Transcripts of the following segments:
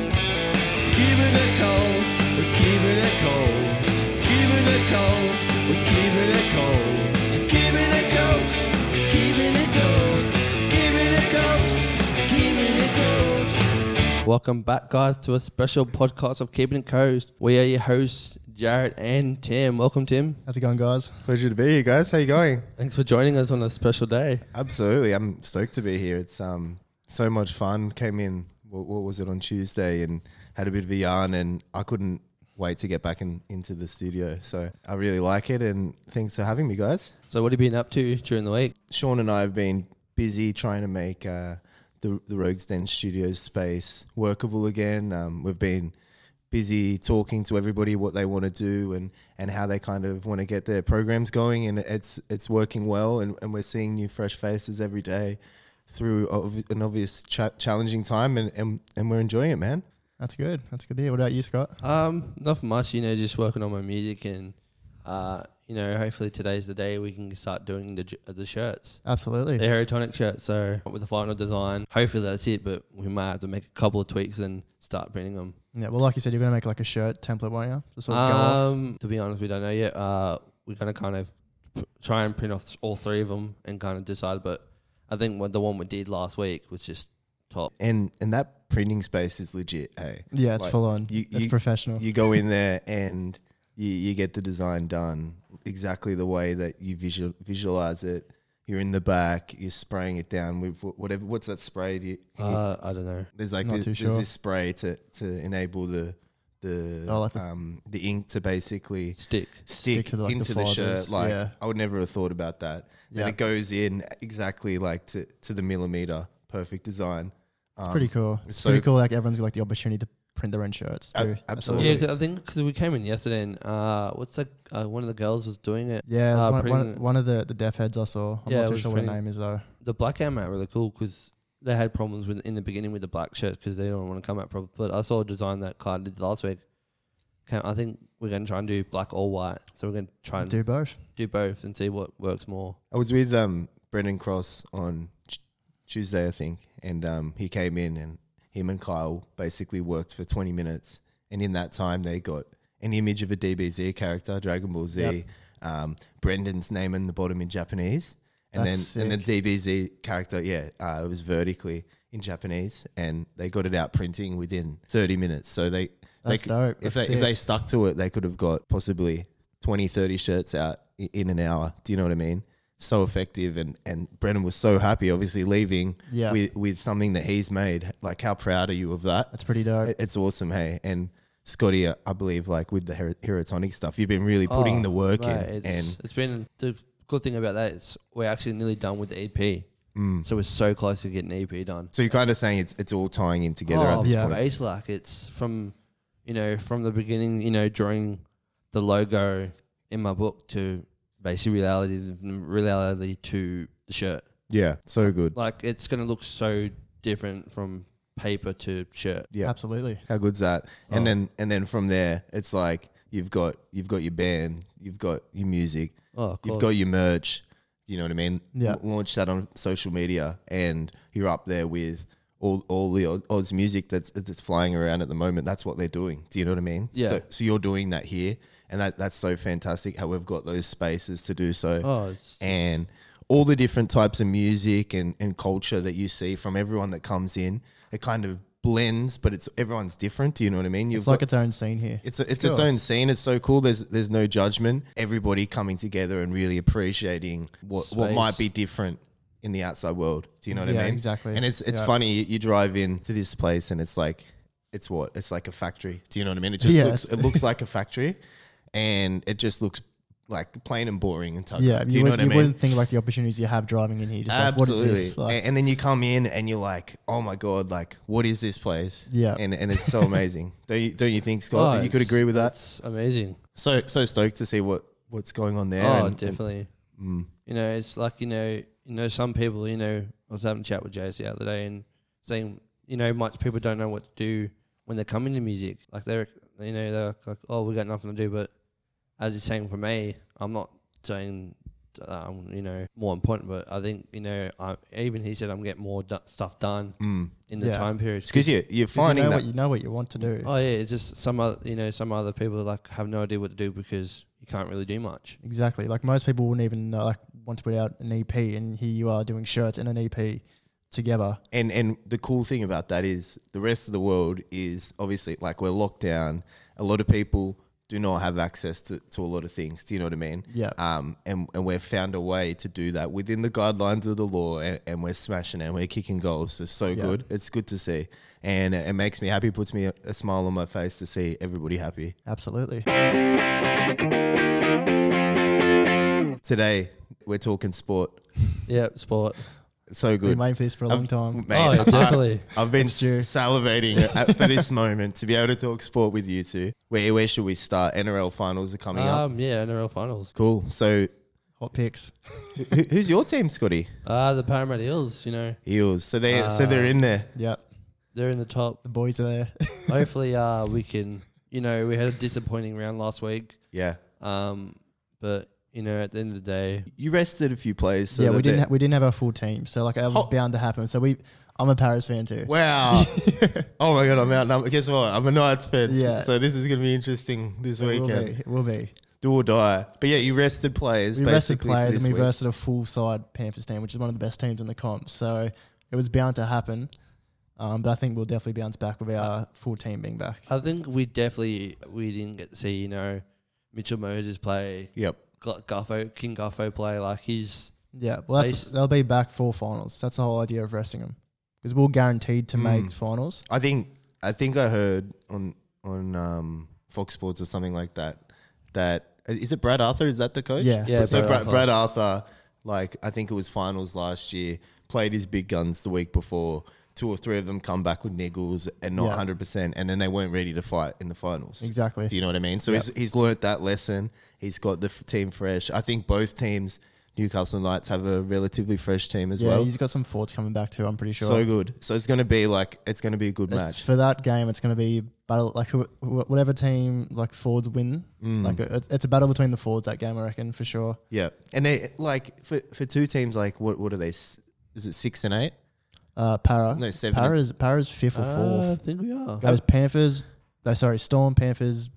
Keeping it cold, we're keeping it cold. Keeping it cold, we're keeping it cold. Keeping it cold, keeping it cold. Keeping it cold, keeping it cold. Welcome back, guys, to a special podcast of Keeping It Coast. We are your hosts, Jared and Tim. Welcome, Tim. How's it going, guys? Pleasure to be here, guys. How you going? Thanks for joining us on a special day. Absolutely, I'm stoked to be here. It's um so much fun. Came in, what, what was it on Tuesday, and had a bit of a yarn, and I couldn't wait to get back in, into the studio. So I really like it, and thanks for having me, guys. So, what have you been up to during the week? Sean and I have been busy trying to make uh, the the Rogues Den Studios space workable again. Um, we've been busy talking to everybody what they want to do and and how they kind of want to get their programs going, and it's it's working well, and, and we're seeing new fresh faces every day through ob- an obvious cha- challenging time, and, and and we're enjoying it, man. That's good. That's good to hear. What about you, Scott? Um, not much, you know, just working on my music and, uh, you know, hopefully today's the day we can start doing the, j- the shirts. Absolutely. The Aerotonic shirt, so with the final design. Hopefully that's it, but we might have to make a couple of tweaks and start printing them. Yeah. Well, like you said, you're gonna make like a shirt template, won't you? To sort of go off. Um, to be honest, we don't know yet. Uh, we're gonna kind of p- try and print off th- all three of them and kind of decide. But I think what the one we did last week was just top. And and that printing space is legit, hey. Yeah, it's like, full on. you- it's you- professional. you go in there and you, you get the design done exactly the way that you visual, visualize it. You're in the back, you're spraying it down with wh- whatever. What's that spray? Do you, can you- Uh, I don't know. there's like not this, too there's sure. this spray to to enable the the Oh, like the- um the ink to basically Stick. stick, to, like, the into the, fibers, shirt. Like yeah. I would never have thought about that. Yeah. And it goes in exactly like to to the millimeter. Perfect design. it's pretty cool. It's so- pretty cool. Like everyone's got like the opportunity to print their own shirts Ab- too. That's awesome. Yeah, absolutely. 'cause I think because we came in yesterday and uh, what's that? Uh, one of the girls was doing it. Yeah, Ah, Uh, one, one, printing- one of the, the deaf heads I saw. I'm Yeah, it not too was sure what her printing- name is though. The black out mat really cool because they had problems with in the beginning with the black shirts because they don't want to come out proper. But I saw a design that Kai did last week. Can- I think we're gonna try and do black or white. So we're gonna try and do, Do both. both and see what works more. I was with um Brendan Cross on t- Tuesday, I think, and um he came in and him and Kyle basically worked for 20 minutes, and in that time they got an image of a DBZ character, Dragon Ball Z, um, Brendan's name in the bottom in Japanese, and That's then and sick. the DBZ character, yeah, uh, it was vertically in Japanese, and they got it out printing within 30 minutes. So they they That's c- dope. if That's they if sick. they stuck to it, they could have got possibly 20, 30 shirts out i- in an hour. Do you know what I mean? So effective, and and Brennan was so happy, obviously leaving Yeah. with with something that he's made. Like, how proud are you of that? That's pretty dope. It- It's awesome, hey. And Scotty, uh, I I believe, like with the her- Herotonic stuff, you've been really putting Oh, the work mate, in, It's, and it's been the good thing about that is we're actually nearly done with the EP, so we're so close to getting EP done. mm. so you're kind of saying it's it's all tying in together at Oh, this yeah. point. It's like it's from, you know, from the beginning, you know, drawing the logo in my book to basic reality, then reality to the shirt. Yeah, so good. Like it's gonna look so different from paper to shirt. yeah. Absolutely. How good's that? Oh. And then and then from there, it's like you've got you've got your band, you've got your music, Oh, of you've course. got your merch. You know what I mean? Yeah. L- launch that on social media, and you're up there with all all the Oz- Oz music that's that's flying around at the moment. That's what they're doing. Do you know what I mean? Yeah. So, so you're doing that here, and that that's so fantastic. How we've got those spaces to do so Oh, it's, and all the different types of music and, and culture that you see from everyone that comes in. It kind of blends, but it's everyone's different. Do you know what I mean? You've It's like got- its own scene here. it's it's, its own scene. It's so cool. There's there's no judgment. Everybody coming together and really appreciating what what Space. might be different in the outside world. Do you know what Yeah, I mean? exactly. And it's it's Yeah. funny. You, you drive in to this place and it's like it's what it's like a factory. Do you know what I mean? It just Yeah, looks it's- it looks like a factory, and it just looks like plain and boring and tucked. Yeah, up. you, Do you, know what wouldn't, I you mean? wouldn't think like the opportunities you have driving in here. Just Absolutely. Like, what is this? Like, and, and then you come in and you're like, oh my God, like, what is this place? Yeah. And, and it's so amazing. don't, you, don't you think, oh, Scott, that you could it's- agree with that? It's amazing. So so stoked to see what, what's going on there. Oh, and- mm, definitely. You know, it's like you know, you know, some people. You know, I was having a chat with Jace the other day and saying, you know, much people don't know what to do when they come into music. Like they're You know, they're like, oh, we got nothing to do. But as you're saying for me, I'm not saying that I'm, you know, more important. But I think, you know, I, even he said I'm getting more do- stuff done Mm. in the Yeah. time period. It's because you, you're 'Cause you finding know that. what you know what you want to do. Oh yeah, it's just some other, you know, some other people like have no idea what to do because you can't really do much. Exactly. Like most people wouldn't even know, like want to put out an EP, and here you are doing shirts and an EP together. and and the cool thing about that is the rest of the world is obviously like we're locked down. A lot of people do not have access to, to a lot of things. Do you know what I mean? Yeah. Um, and, and we've found a way to do that within the guidelines of the law, and, and we're smashing it and we're kicking goals. It's so Yeah. good. It's good to see. And it makes me happy, puts me a, a smile on my face to see everybody happy. Absolutely. Today, we're talking sport. Yeah, sport. It's so good. Been waiting for this for a long I've- time. Mate, oh, yeah, definitely. I, have been It's due. salivating at, for this moment to be able to talk sport with you two. Where where should we start? NRL finals are coming up. Um, yeah, NRL finals. Cool. So Hot picks. who, who's your team, Scotty? Ah, the Parramatta Eels. You know, Eels. So they so they're in there. Yeah. they're in the top. The boys are there. Hopefully, uh, we can. You know, we had a disappointing round last week. Yeah. Um, but you know, at the end of the day, You rested a few players. So yeah, that we didn't they- ha- we didn't have our full team, so like that was Oh. bound to happen. So we, I'm a Paris fan too. Wow. oh my god, I'm outnumbered. Guess what? I'm a Knights fan. Yeah. So this is gonna be interesting this It will weekend. be. It will be. Do or die. But yeah, you rested players. We rested basically for players this and we week. rested a full side Panthers team, which is one of the best teams in the comp. So it was bound to happen. Um, but I think we'll definitely bounce back with our full team being back. I think we definitely we didn't get to see you know Mitchell Moses play, Yep. Gu- Guffo, King Guffo play. Like he's Yeah, well, that's Based- they'll be back for finals. That's the whole idea of resting them because we're guaranteed to make finals. I think I think I heard on on um, Fox Sports or something like that that is it Brad Arthur? Is that the coach? Yeah. Yeah, So Brad Brad, Arthur. Brad Arthur, like I think it was finals last year, played his big guns the week before. Two or three of them come back with niggles and not Yeah. hundred percent, and then they weren't ready to fight in the finals. Exactly. Do you know what I mean? So he's he's learnt that lesson. He's got the f- team fresh. I think both teams, Newcastle Knights, have a relatively fresh team as yeah, well. he's got some forwards coming back too. I'm pretty sure. So good. So it's going to be like it's going to be a good It's- match. for that game, it's going to be battle like who, who, whatever team like forwards win. Mm. Like it's, it's a battle between the forwards that game, I reckon for sure. Yeah, and they like for for two teams like what what are they? s- Is it six and eight? Uh, Para, No, seven. Para's Para's fifth or uh, I fourth. think we are. That was Panthers. No, sorry, Storm, Panthers,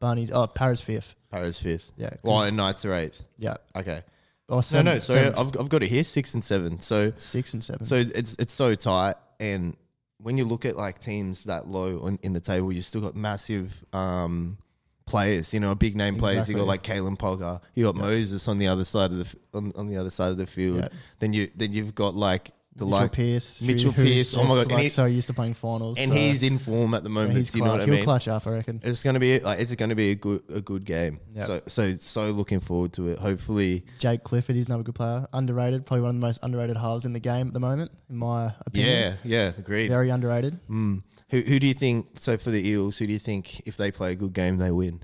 Bunnies. Oh, Para's fifth. Paris fifth. Yeah, Well, and Knights are eighth. yeah. Okay. Oh, No, seven, Mm-hmm. no. Sorry, seventh. I've I've got it here. Six and seven. So six and seven. so it's it's so tight, and when you look at like teams that low on, in the table, you still got massive um players. You know, big name players. You got like Kalen Pogger. You got Moses on the other side of the f- on, on the other side of the field. Yeah. Then you then you've got like the Mitchell like Pearce. who- Mitchell who's Pearce. Oh my just, God, and Like, he- so used to playing finals. and so- he's in form at the Yeah, moment. he's do you know clutch. what I He'll mean? clutch up, I reckon. It's gonna be like it's gonna be a good a good game. Yeah. So so so looking forward to it. Hopefully, Jake Clifford, he's another good player. Underrated, probably one of the most underrated halves in the game at the moment, in my opinion. yeah, yeah, agreed. Very underrated. Mm. Who who do you think? So for the Eels, who do you think if they play a good game they win?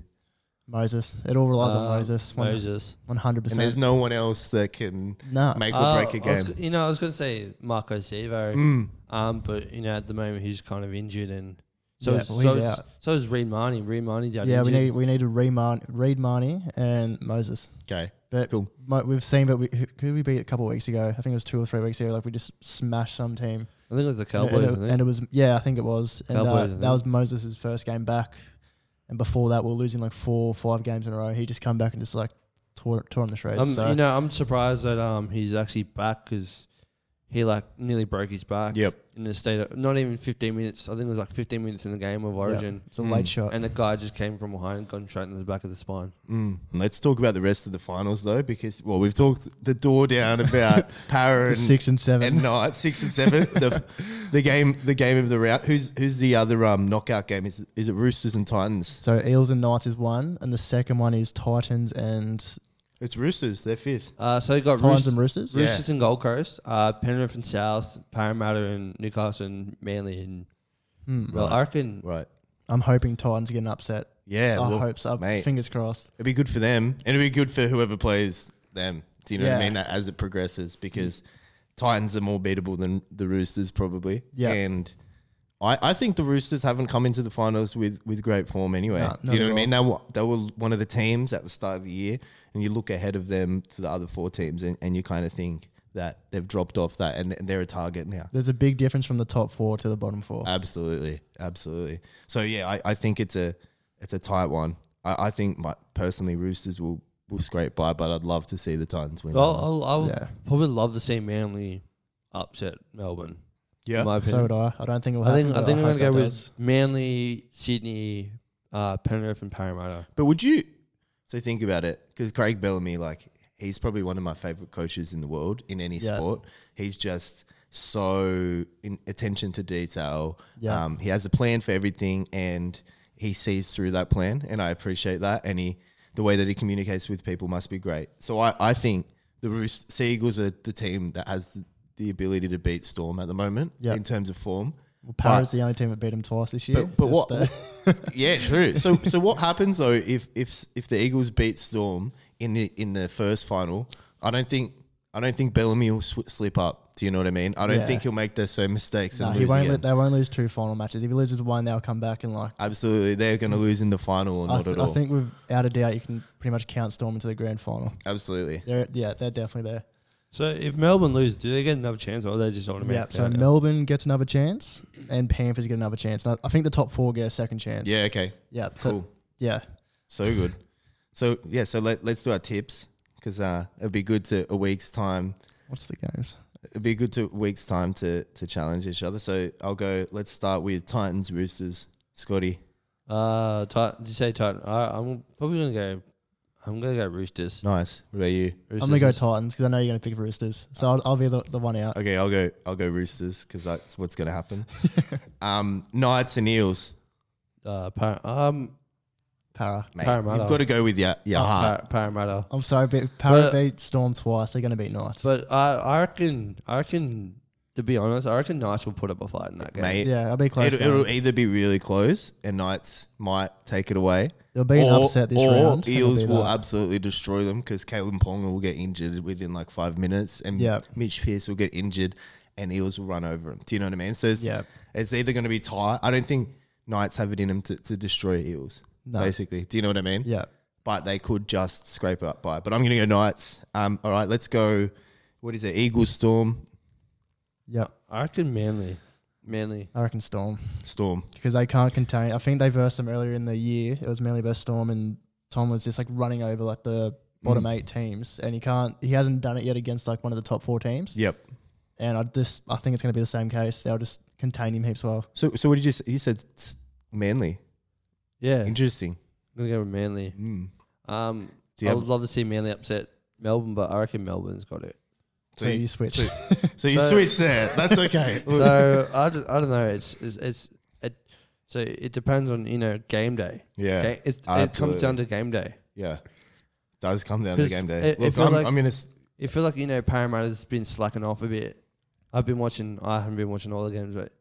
Moses. It all relies Um, on Moses. One- Moses. 100%. And there's no one else that can no. make or Uh, break a I was game. g- you know, I was going to say Marco Sivo, Mm. um, but you know, at the moment he's kind of injured, and so Yeah, is, well, so, he's is, out. so is Reed Marnie. Reed Marnie down Yeah, we injured. need we need to read Marnie, read Marnie and Moses. Okay, But Cool. mo- we've seen, but we, who who we beat a couple of weeks ago? I think it was two or three weeks ago. Like we just smashed some team. I think it was the And it- Cowboys. and, I it, think. and it was yeah, I think it was. And Cowboys, I uh, think. that was Moses' first game back, and before that, we were losing like four, five games in a row. He just come back and just like tore tore him to shreds. I'm, so Um, You know, I'm surprised that um he's actually back because he like nearly broke his back. Yep. In the state of not even 15 minutes. I think it was like 15 minutes in the game of Origin, Hmm. it's a Mm. late shot. and the guy just came from behind, gone straight into the back of the spine. Mm. Let's talk about the rest of the finals though, because well, we've talked the door down about Para and Six and seven. and night six and seven. the, the game the game of the round. Who's who's the other um knockout game? Is it- is it Roosters and Titans? so Eels and Knights is one, and the second one is Titans and It's Roosters. They're fifth. Uh, so he got Titans Roosters, and Roosters. Yeah. Roosters and Gold Coast, uh, Penrith and South, Parramatta and Newcastle and Manly and Hmm. well, I reckon Right. I'm hoping Titans get an upset. Yeah. I well, hope so. mate. Fingers crossed. It'd be good for them, and it'd be good for whoever plays them. Do you know what I Yeah. Mm. mean? As it progresses, because Titans are more beatable than the Roosters probably. Yeah. and I, I think the Roosters haven't come into the finals with, with great form anyway. No, Do you know not what I at mean? They were, they were one of the teams at the start of the year, and you look ahead of them to the other four teams, and, and you kind of think that they've dropped off that and they're a target now. There's a big difference from the top four to the bottom four. Uh, Absolutely, absolutely. So yeah, I, I think it's a it's a tight one. I, I think my, personally Roosters will will scrape by, but I'd love to see the Titans win. Well, I'll, I'll yeah, probably love to see Manly upset Melbourne. yeah, in my so opinion. would I. I don't think it will I happen. think I but think I'm hope gonna go that with does. Manly, Sydney, uh, Penrith, and Parramatta. But would you? So think about it, because Craig Bellamy, like, he's probably one of my favorite coaches in the world in any Yeah. sport. He's just so in attention to detail. Yeah. Um, he has a plan for everything, and he sees through that plan, and I appreciate that. And he, the way that he communicates with people must be great. So I, I think the Roos- Sea Eagles are the team that has the, the ability to beat Storm at the moment Yeah. in terms of form. Well, Para's the only team that beat him twice this year. But, but That's what? the- yeah, true. So so what happens though if if if the Eagles beat Storm in the in the first final? I don't think I don't think Bellamy will sw- slip up. Do you know what I mean? I don't Yeah. think he'll make the same mistakes Nah, and he lose won't. again. Let, they won't lose two final matches. If he loses one, they'll come back and like. Absolutely, they're going to lose in the final or I, not th- at all. I think without a doubt, you can pretty much count Storm into the grand final. Absolutely. They're yeah, they're definitely there. So if Melbourne lose, do they get another chance, or they just automatically? Yeah, so out? Melbourne gets another chance, and Panthers get another chance. And I, I think the top four get a second chance. Yeah. Okay. yeah, so, Cool. yeah. So good. So yeah. So let, let's do our tips because uh, it'd be good to a week's time. What's the games? It'd be good to a week's time to to challenge each other. So I'll go. Let's start with Titans Roosters. Scotty. Uh, Titan, did you say Titan? I, I'm probably gonna go. I'm gonna go Roosters. Nice. What about you? Roosters I'm gonna go is- Titans because I know you're gonna pick Roosters, so I'll, I'll be the, the one out. Okay, I'll go. I'll go Roosters because that's what's going to happen. um, Knights and Eels. uh, Par- um, Para. Mate, Parramatta. You've got to go with your your heart. Par- Parramatta. I'm sorry, but Para But- beat Storm twice. They're gonna beat Knights. But I, I reckon, I reckon. To be honest, I reckon Nice will put up a fight in that game. Mate, yeah, I'll be close. it'll, It'll, it'll either be really close and Knights might take it away, be an upset this or round. It'll Eels be will that. absolutely destroy them because Kalen Ponga will get injured within like five minutes, and Yeah. Mitch Pearce will get injured, and Eels will run over him. Do you know what I mean? So it's, Yeah. it's either going to be tight. I don't think Knights have it in them to, to destroy Eels. No. Basically, do you know what I mean? Yeah. but they could just scrape up by. But I'm going to go Knights. Um, all right, let's go. What is it? Eagles, Storm, Yeah, I reckon Manly, Manly. I reckon Storm Storm. because they can't contain. I think they versed them earlier in the year. It was mainly versus Storm, and Tom was just like running over like the bottom Mm. eight teams, and he can't. He hasn't done it yet against like one of the top four teams. Yep. And I just, I think it's going to be the same case. They'll just contain him heaps well. So, so what did you say? You said s- Manly. Yeah, I'm Interesting. gonna go with Manly. Mm. Um, Do you I have- would love to see Manly upset Melbourne, but I reckon Melbourne's got it. So So, you- you switch. so- So you So- switched there. That's okay. So I, d- I don't know. It's it's, it's it, so it depends on you know game day. yeah. Ga- it's, it absolutely. comes down to game day. Yeah. Does come down to 'Cause game day. it- it Look, feels I'm, like- I'm in a. s- It feel like you know Parramatta's been slacking off a bit. I've been watching. I haven't been watching all the games, but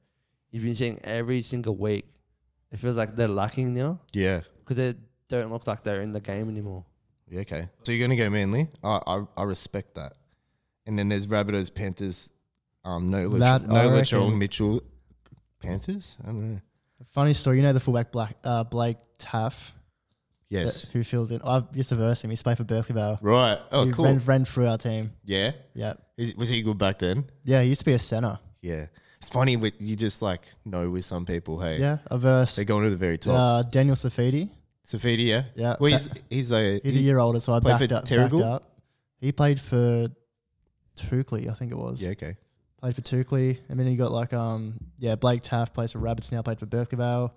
you've been seeing every single week. It feels like they're lacking now Yeah. because they don't look like they're in the game anymore. Yeah. Okay. So you're gonna go Manly. I I, I respect that. And then there's Rabbitohs, Panthers. Um, no, Latrell, That I no Latrell reckon- Mitchell. Panthers. I don't know. Funny story, you know the fullback Black, uh, Blake Taff, that- Yes. who fills in. I used to verse him. He played for Berkeley Vale. Right. Oh, he cool. ran, ran through our team. Yeah. Yeah, Is, was he good back then? yeah. He used to be a center. Yeah. It's funny what you just like know with some people. Hey, Yeah, I they're versed going to the very top. uh, Daniel Safidi. Safidi, yeah. Yeah, Well, he's he's a He's a year older, so I played for backed up, backed Terrigal? up. He played for Tukley, I think it was. Yeah. Okay. Played for Tukley, and then he got like um yeah Blake Taff plays for Rabbits now, played for Berkeley Vale.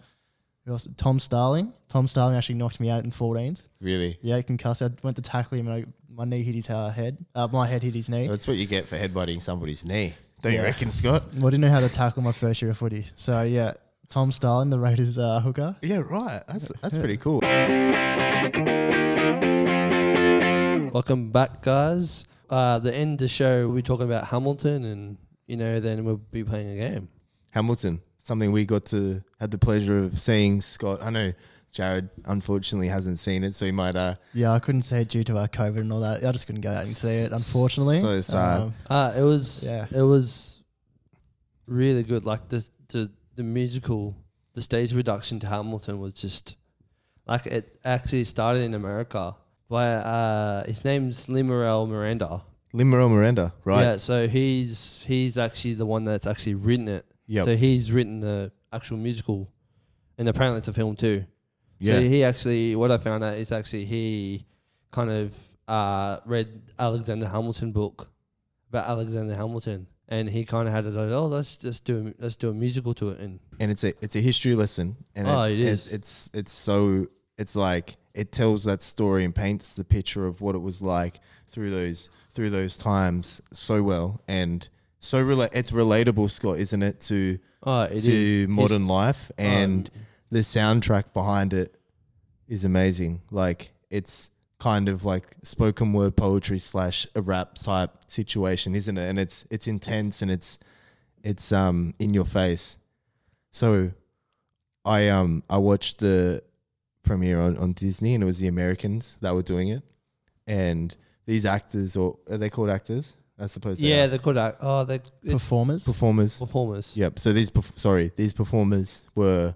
Who else? Tom Starling. Tom Starling actually knocked me out in 14s. Really. Yeah, he concussed. I went to tackle him, and I, my knee hit his uh, head. Uh, my head hit his knee. That's what you get for headbutting somebody's knee. Don't you Yeah. reckon, Scott? Well, I didn't know how to tackle my first year of footy. So yeah, Tom Starling, the Raiders uh, hooker. Yeah. Right. That's that's pretty cool. Welcome back, guys. Uh, the end of the show, we're talking about Hamilton, and you know, then we'll be playing a game. Hamilton. Something we got to had the pleasure of seeing Scott. I know Jared unfortunately hasn't seen it, so he might uh Yeah, I couldn't see it due to our COVID and all that. I just couldn't go out and see it, unfortunately. Um, So sad. Uh, it was Yeah. it was really good. Like the the the musical, the stage reduction to Hamilton was just like it actually started in America by uh, his name's Limerell Miranda. Limerell Miranda, right? Yeah, so he's he's actually the one that's actually written it. Yep. So he's written the actual musical, and apparently it's a film too. yeah. So he actually, what I found out is actually he kind of uh, read Alexander Hamilton book about Alexander Hamilton, and he kind of had it like, oh, let's just do a, let's do a musical to it, and and it's a it's a history lesson, and Oh, it's, it it's- is. It's, it's so it's like it tells that story and paints the picture of what it was like through those through those times so well, and so rela- it's relatable, Scott, isn't it to oh, it is oh, to modern life, and Um, the soundtrack behind it is amazing. Like it's kind of like spoken word poetry slash a rap type situation, isn't it? And it's it's intense and it's it's um in your face. So I um I watched the premiere on, on Disney and it was the Americans that were doing it. And these actors or are they called actors? I suppose they yeah, are. they're called act- oh, they're it's Performers. performers. performers. Yep. So these, perf- sorry, these performers were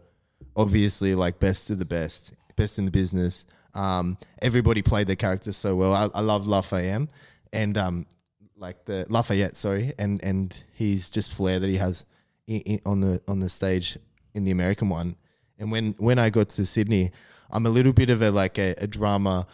obviously like best of the best, best in the business. Um, everybody played their characters so well. I, I love Lafayette and um, like the Lafayette, sorry, and and his just flair that he has i i on the on the stage in the American one. And when when I got to Sydney, I'm a little bit of a like a, a drama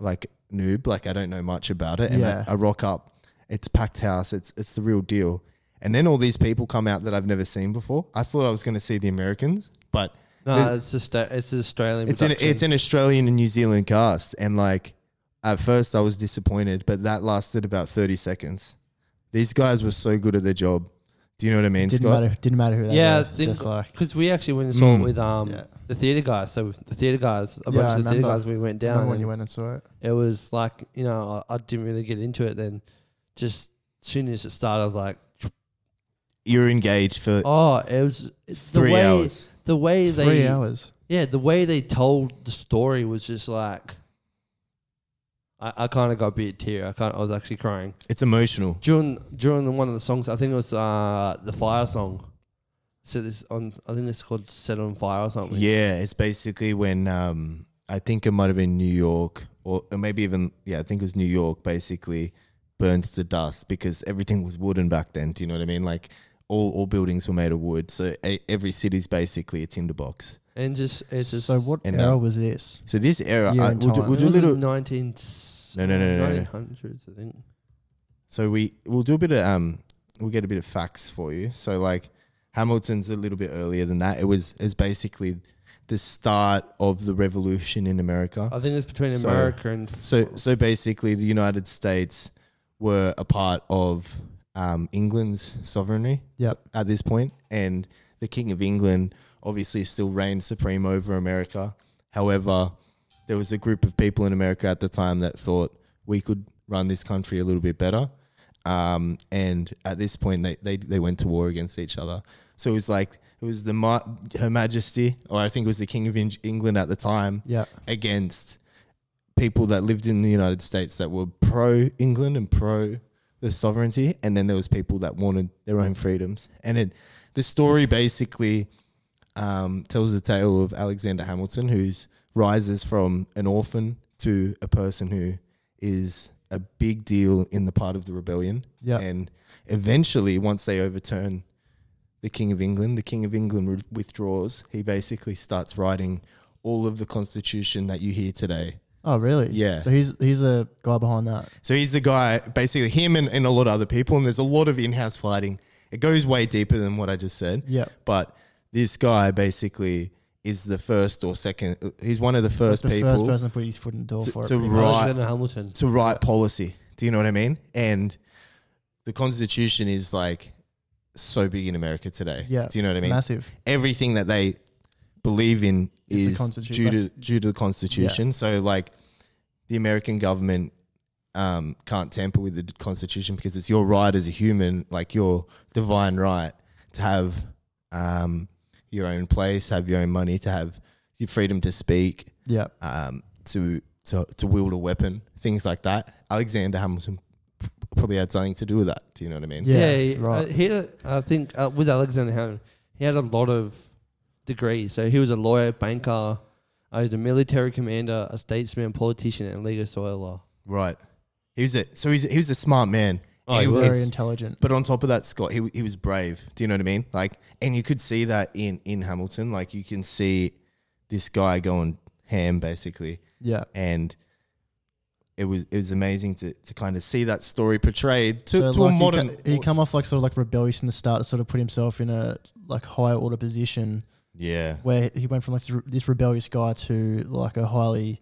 like noob, like I don't know much about it, and Yeah. I, I rock up. It's packed house. It's it's the real deal. And then all these people come out that I've never seen before. I thought I was going to see the Americans, but No, it's just a, it's an Australian. it's an production. it's an Australian and New Zealand cast, and like at first I was disappointed, but that lasted about thirty seconds. These guys were so good at their job. Do you know what I mean, Didn't Scott? matter. Didn't matter who they yeah, were. It's just like because we actually went and saw Mm. it with um Yeah. the theater guys. So the theater guys, a Yeah, bunch I of the theater remember. guys, we went remember down. when and you went and saw it. it was like you know I, I didn't really get into it. Then just soon as it started, I was like, You're engaged for oh, it was it's the three way hours. the way they Three hours. yeah the way they told the story was just like. I, I kind of got a bit tear. I kind I was actually crying It's emotional. during during the- one of the songs. I think it was uh, the fire song. So this on I think it's called "Set on Fire" or something. Yeah, it's basically when um, I think it might have been New York, or, or maybe even yeah, I think it was New York. Basically, burns to dust because everything was wooden back then. Do you know what I mean? Like all all buildings were made of wood, so e every city's basically a tinderbox. and just it's just So what And era now- was this? So this era, Year I, and we'll, do, time. we'll It do a was in little. 19 No, no, no, no, no. 1900s, I think. So we we'll do a bit of um, we'll get a bit of facts for you. So like Hamilton's a little bit earlier than that. It was is basically the start of the revolution in America. I think it's between So- America and So so basically, the United States were a part of um, England's sovereignty Yep. at this point, and the King of England obviously still reigned supreme over America. However, there was a group of people in America at the time that thought we could run this country a little bit better. Um, and at this point, they, they, they went to war against each other. So it was like, it was the Ma- Her Majesty, or I think it was the King of Eng- England at the time, Yeah. against people that lived in the United States that were pro England and pro the sovereignty, and then there was people that wanted their own freedoms. And it, the story basically um, tells the tale of Alexander Hamilton, who's rises from an orphan to a person who is a big deal in the part of the rebellion. Yeah. And eventually, once they overturn the King of England, the King of England re- withdraws. He basically starts writing all of the constitution that you hear today. Oh really? Yeah. So he's he's the guy behind that. So he's the guy, basically him and, and a lot of other people, and there's a lot of in-house fighting. It goes way deeper than what I just said. Yeah. But this guy basically is the first or second. He's one of the first the people first person to put his foot in the door to, for it. to pretty much. write Alexander Hamilton. to write policy. Do you know what I mean? And the Constitution is like so big in America today. Yeah. Do you know what I mean? Massive. everything that they believe in It's the is Constitu- due to due to the Constitution. So like the American government um, can't tamper with the Constitution because it's your right as a human, like your divine right to have um, your own place, have your own money, to have your freedom to speak, Yeah. um, to to to wield a weapon, things like that. Alexander Hamilton p- probably had something to do with that. Do you know what I mean? Yeah, yeah, he- right. uh, here I think uh, with uh, Alexander Hamilton, he had a lot of degrees. So he was a lawyer, banker, uh, he was a military commander, a statesman, politician, and legal soiler. Right. He was a so he's he was a smart man. Oh, And he was. Very intelligent. But on top of that, Scott, he he was brave. Do you know what I mean? Like, and you could see that in in Hamilton. Like, you can see this guy going ham basically, Yeah. and it was it was amazing to to kind of see that story portrayed to, so to like a modern. he, ca- he come off like sort of like rebellious in the start, sort of put himself in a like higher order position yeah, where he went from like this re- this rebellious guy to like a highly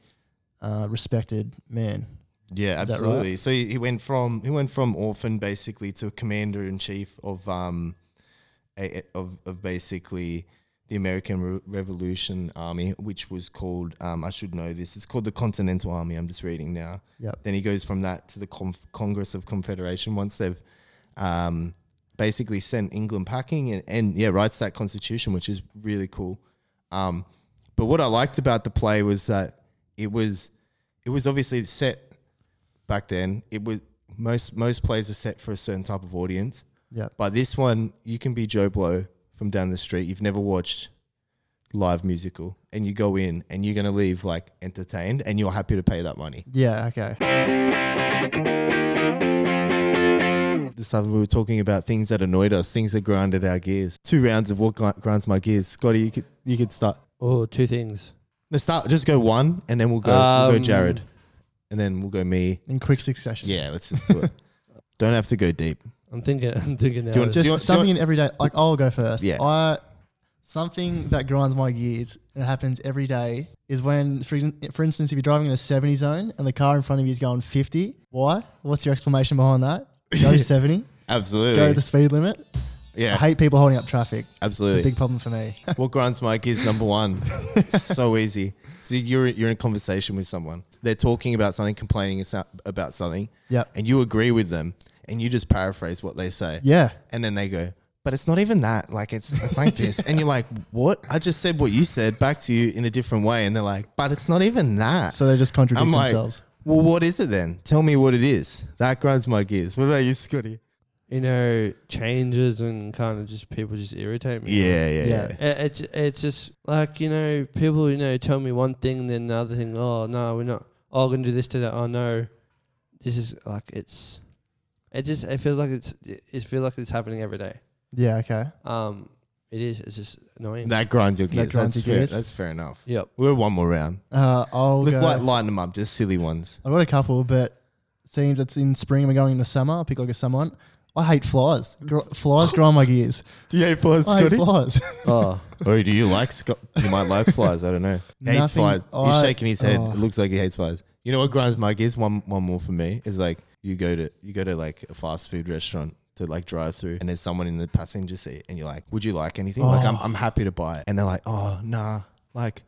uh, respected man. yeah, Is that right? absolutely. So he, he went from he went from orphan basically to commander in chief of um a, a- of of basically. The American Re- Revolution Army, which was called, um, I should know this, it's called the Continental Army. I'm just reading now. Yep. Then he goes from that to the Conf- Congress of Confederation once they've um, basically sent England packing and, and yeah, writes that constitution, which is really cool. Um, but what I liked about the play was that it was it was obviously set back then. It was most most plays are set for a certain type of audience, Yeah. but this one you can be Joe Blow from down the street. You've never watched live musical, and you go in and you're gonna leave like entertained, and you're happy to pay that money. Yeah. Okay. this time we were talking about things that annoyed us, things that grounded our gears. Two rounds of what gri- grinds my gears. Scotty, you could you could start. Oh, two things. No, start. Just go one, and then we'll go. we'll Um, go Jared, and then we'll go me. In quick succession. Yeah, let's just do it. Don't have to go deep. I'm thinking. I'm thinking now. Do you want- Just do you do you something in everyday. Like I'll go first. Yeah. I something that grinds my gears and it happens every day is when, for, ex- for instance, if you're driving in a 70 zone and the car in front of you is going 50. Why? What's your explanation behind that? Go 70. Go Absolutely. to the speed limit. I yeah, hate people holding up traffic. It's a absolutely. big problem for me. What grinds my gears? Number one. It's so easy. So you're you're in conversation with someone. They're talking about something, complaining asa- about something, yep. and you agree with them, and you just paraphrase what they say. Yeah. And then they go, but it's not even that. Like it's, it's like this. And you're like, what? I just said what you said back to you in a different way. And they're like, but it's not even that. So they just contradict I'm like, themselves. well, what is it then? Tell me what it is. That grinds my gears. What about you, Scotty? you know, changes and kind of just people just irritate me. Yeah, yeah, yeah. Yeah. It- Uh, It's it's just like you know people you know tell me one thing then another thing. Oh no, we're not. Oh, we're gonna do this today. Oh no, this is like it's. It just it feels like it's it feels like it's happening every day. Yeah. Okay. Um, it is. It's just annoying. That grinds your gears. grinds that's your fair. gears. That's fair enough. yep. We're one more round. Uh, I'll Let's go. like lighten them up, just silly ones. I've got a couple, but seeing that's in spring, we're going into summer. I'll pick like a summer one. I hate flies. Gr- flies grind my gears. Do you hate flies, I hate Scotty? flies. Oh, Or do you like Scott? You might like flies. I don't know. Hates Nothing- flies. He's I- shaking his head. oh. It looks like he hates flies. You know what grinds my gears? One one more for me is like you go to you go to like a fast food restaurant to like drive through, and there's someone in the passenger seat, and you're like, "Would you like anything? Like, Oh. I'm I'm happy to buy it." And they're like, "Oh nah, like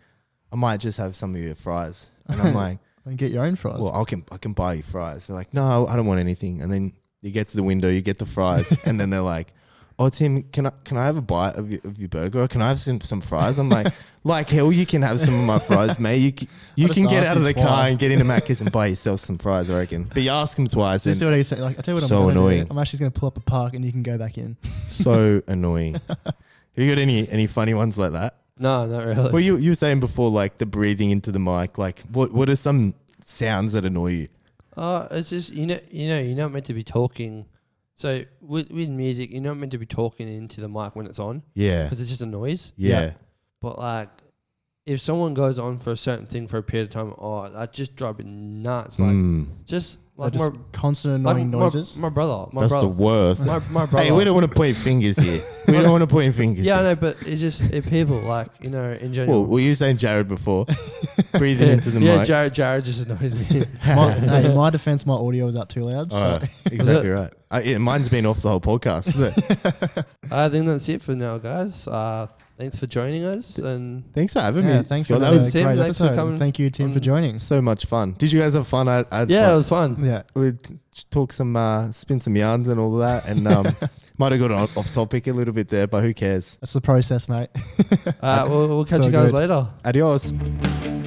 I might just have some of your fries." And I'm like, and get your own fries. "Well, I can I can buy you fries." They're like, "No, I don't want anything." And then you get to the window, you get the fries, and then they're like. Oh Tim, can I can I have a bite of your, of your burger? Can I have some, some fries? I'm like, like hell, you can have some of my fries, mate. You c- you I just can get asked out of you the car twice. and get into Macca's and buy yourself some fries, I reckon. But you ask him twice, Just do and what I say. Like I tell you what, So I'm gonna annoying. Do. I'm actually going to pull up a park, and you can go back in. so annoying. Have you got any any funny ones like that? no, not really. Well, you you were saying before, like the breathing into the mic. Like, what what are some sounds that annoy you? Uh, it's just you know you know you're not meant to be talking. So with with music, you're not meant to be talking into the mic when it's on Yeah, because it's just a noise. yeah, But like, if someone goes on for a certain thing for a period of time, oh, that just drive me nuts. Like Mm. just like Like just my constant like annoying my- noises. My, brother, my that's the brother, worst. my, my brother. Hey, we don't want to point fingers here. we don't want to point fingers. yeah, I here. know, but it's just it, people like you know in Well, general. were you saying Jared before? breathing yeah, into the yeah, mic. Jared, Jared just annoys me. my, hey, in my defense, my audio was up too loud. So All right, exactly right. Uh, yeah, mine's been off the whole podcast. isn't it? I think that's it for now, guys. Uh, thanks for joining us and. thanks for having yeah, me. thanks Scott. for that that was uh, Tim, great thanks for episode. coming Thank you, Tim, for on- joining. so much fun. Did you guys have fun? I, I had Yeah, fun. it was fun. Yeah, we talked some, uh, spin some yarns and all that, and um, might have got on, off topic a little bit there, but who cares? that's the process, mate. Uh, we'll, we'll catch So you guys good. later. Adios. Bye.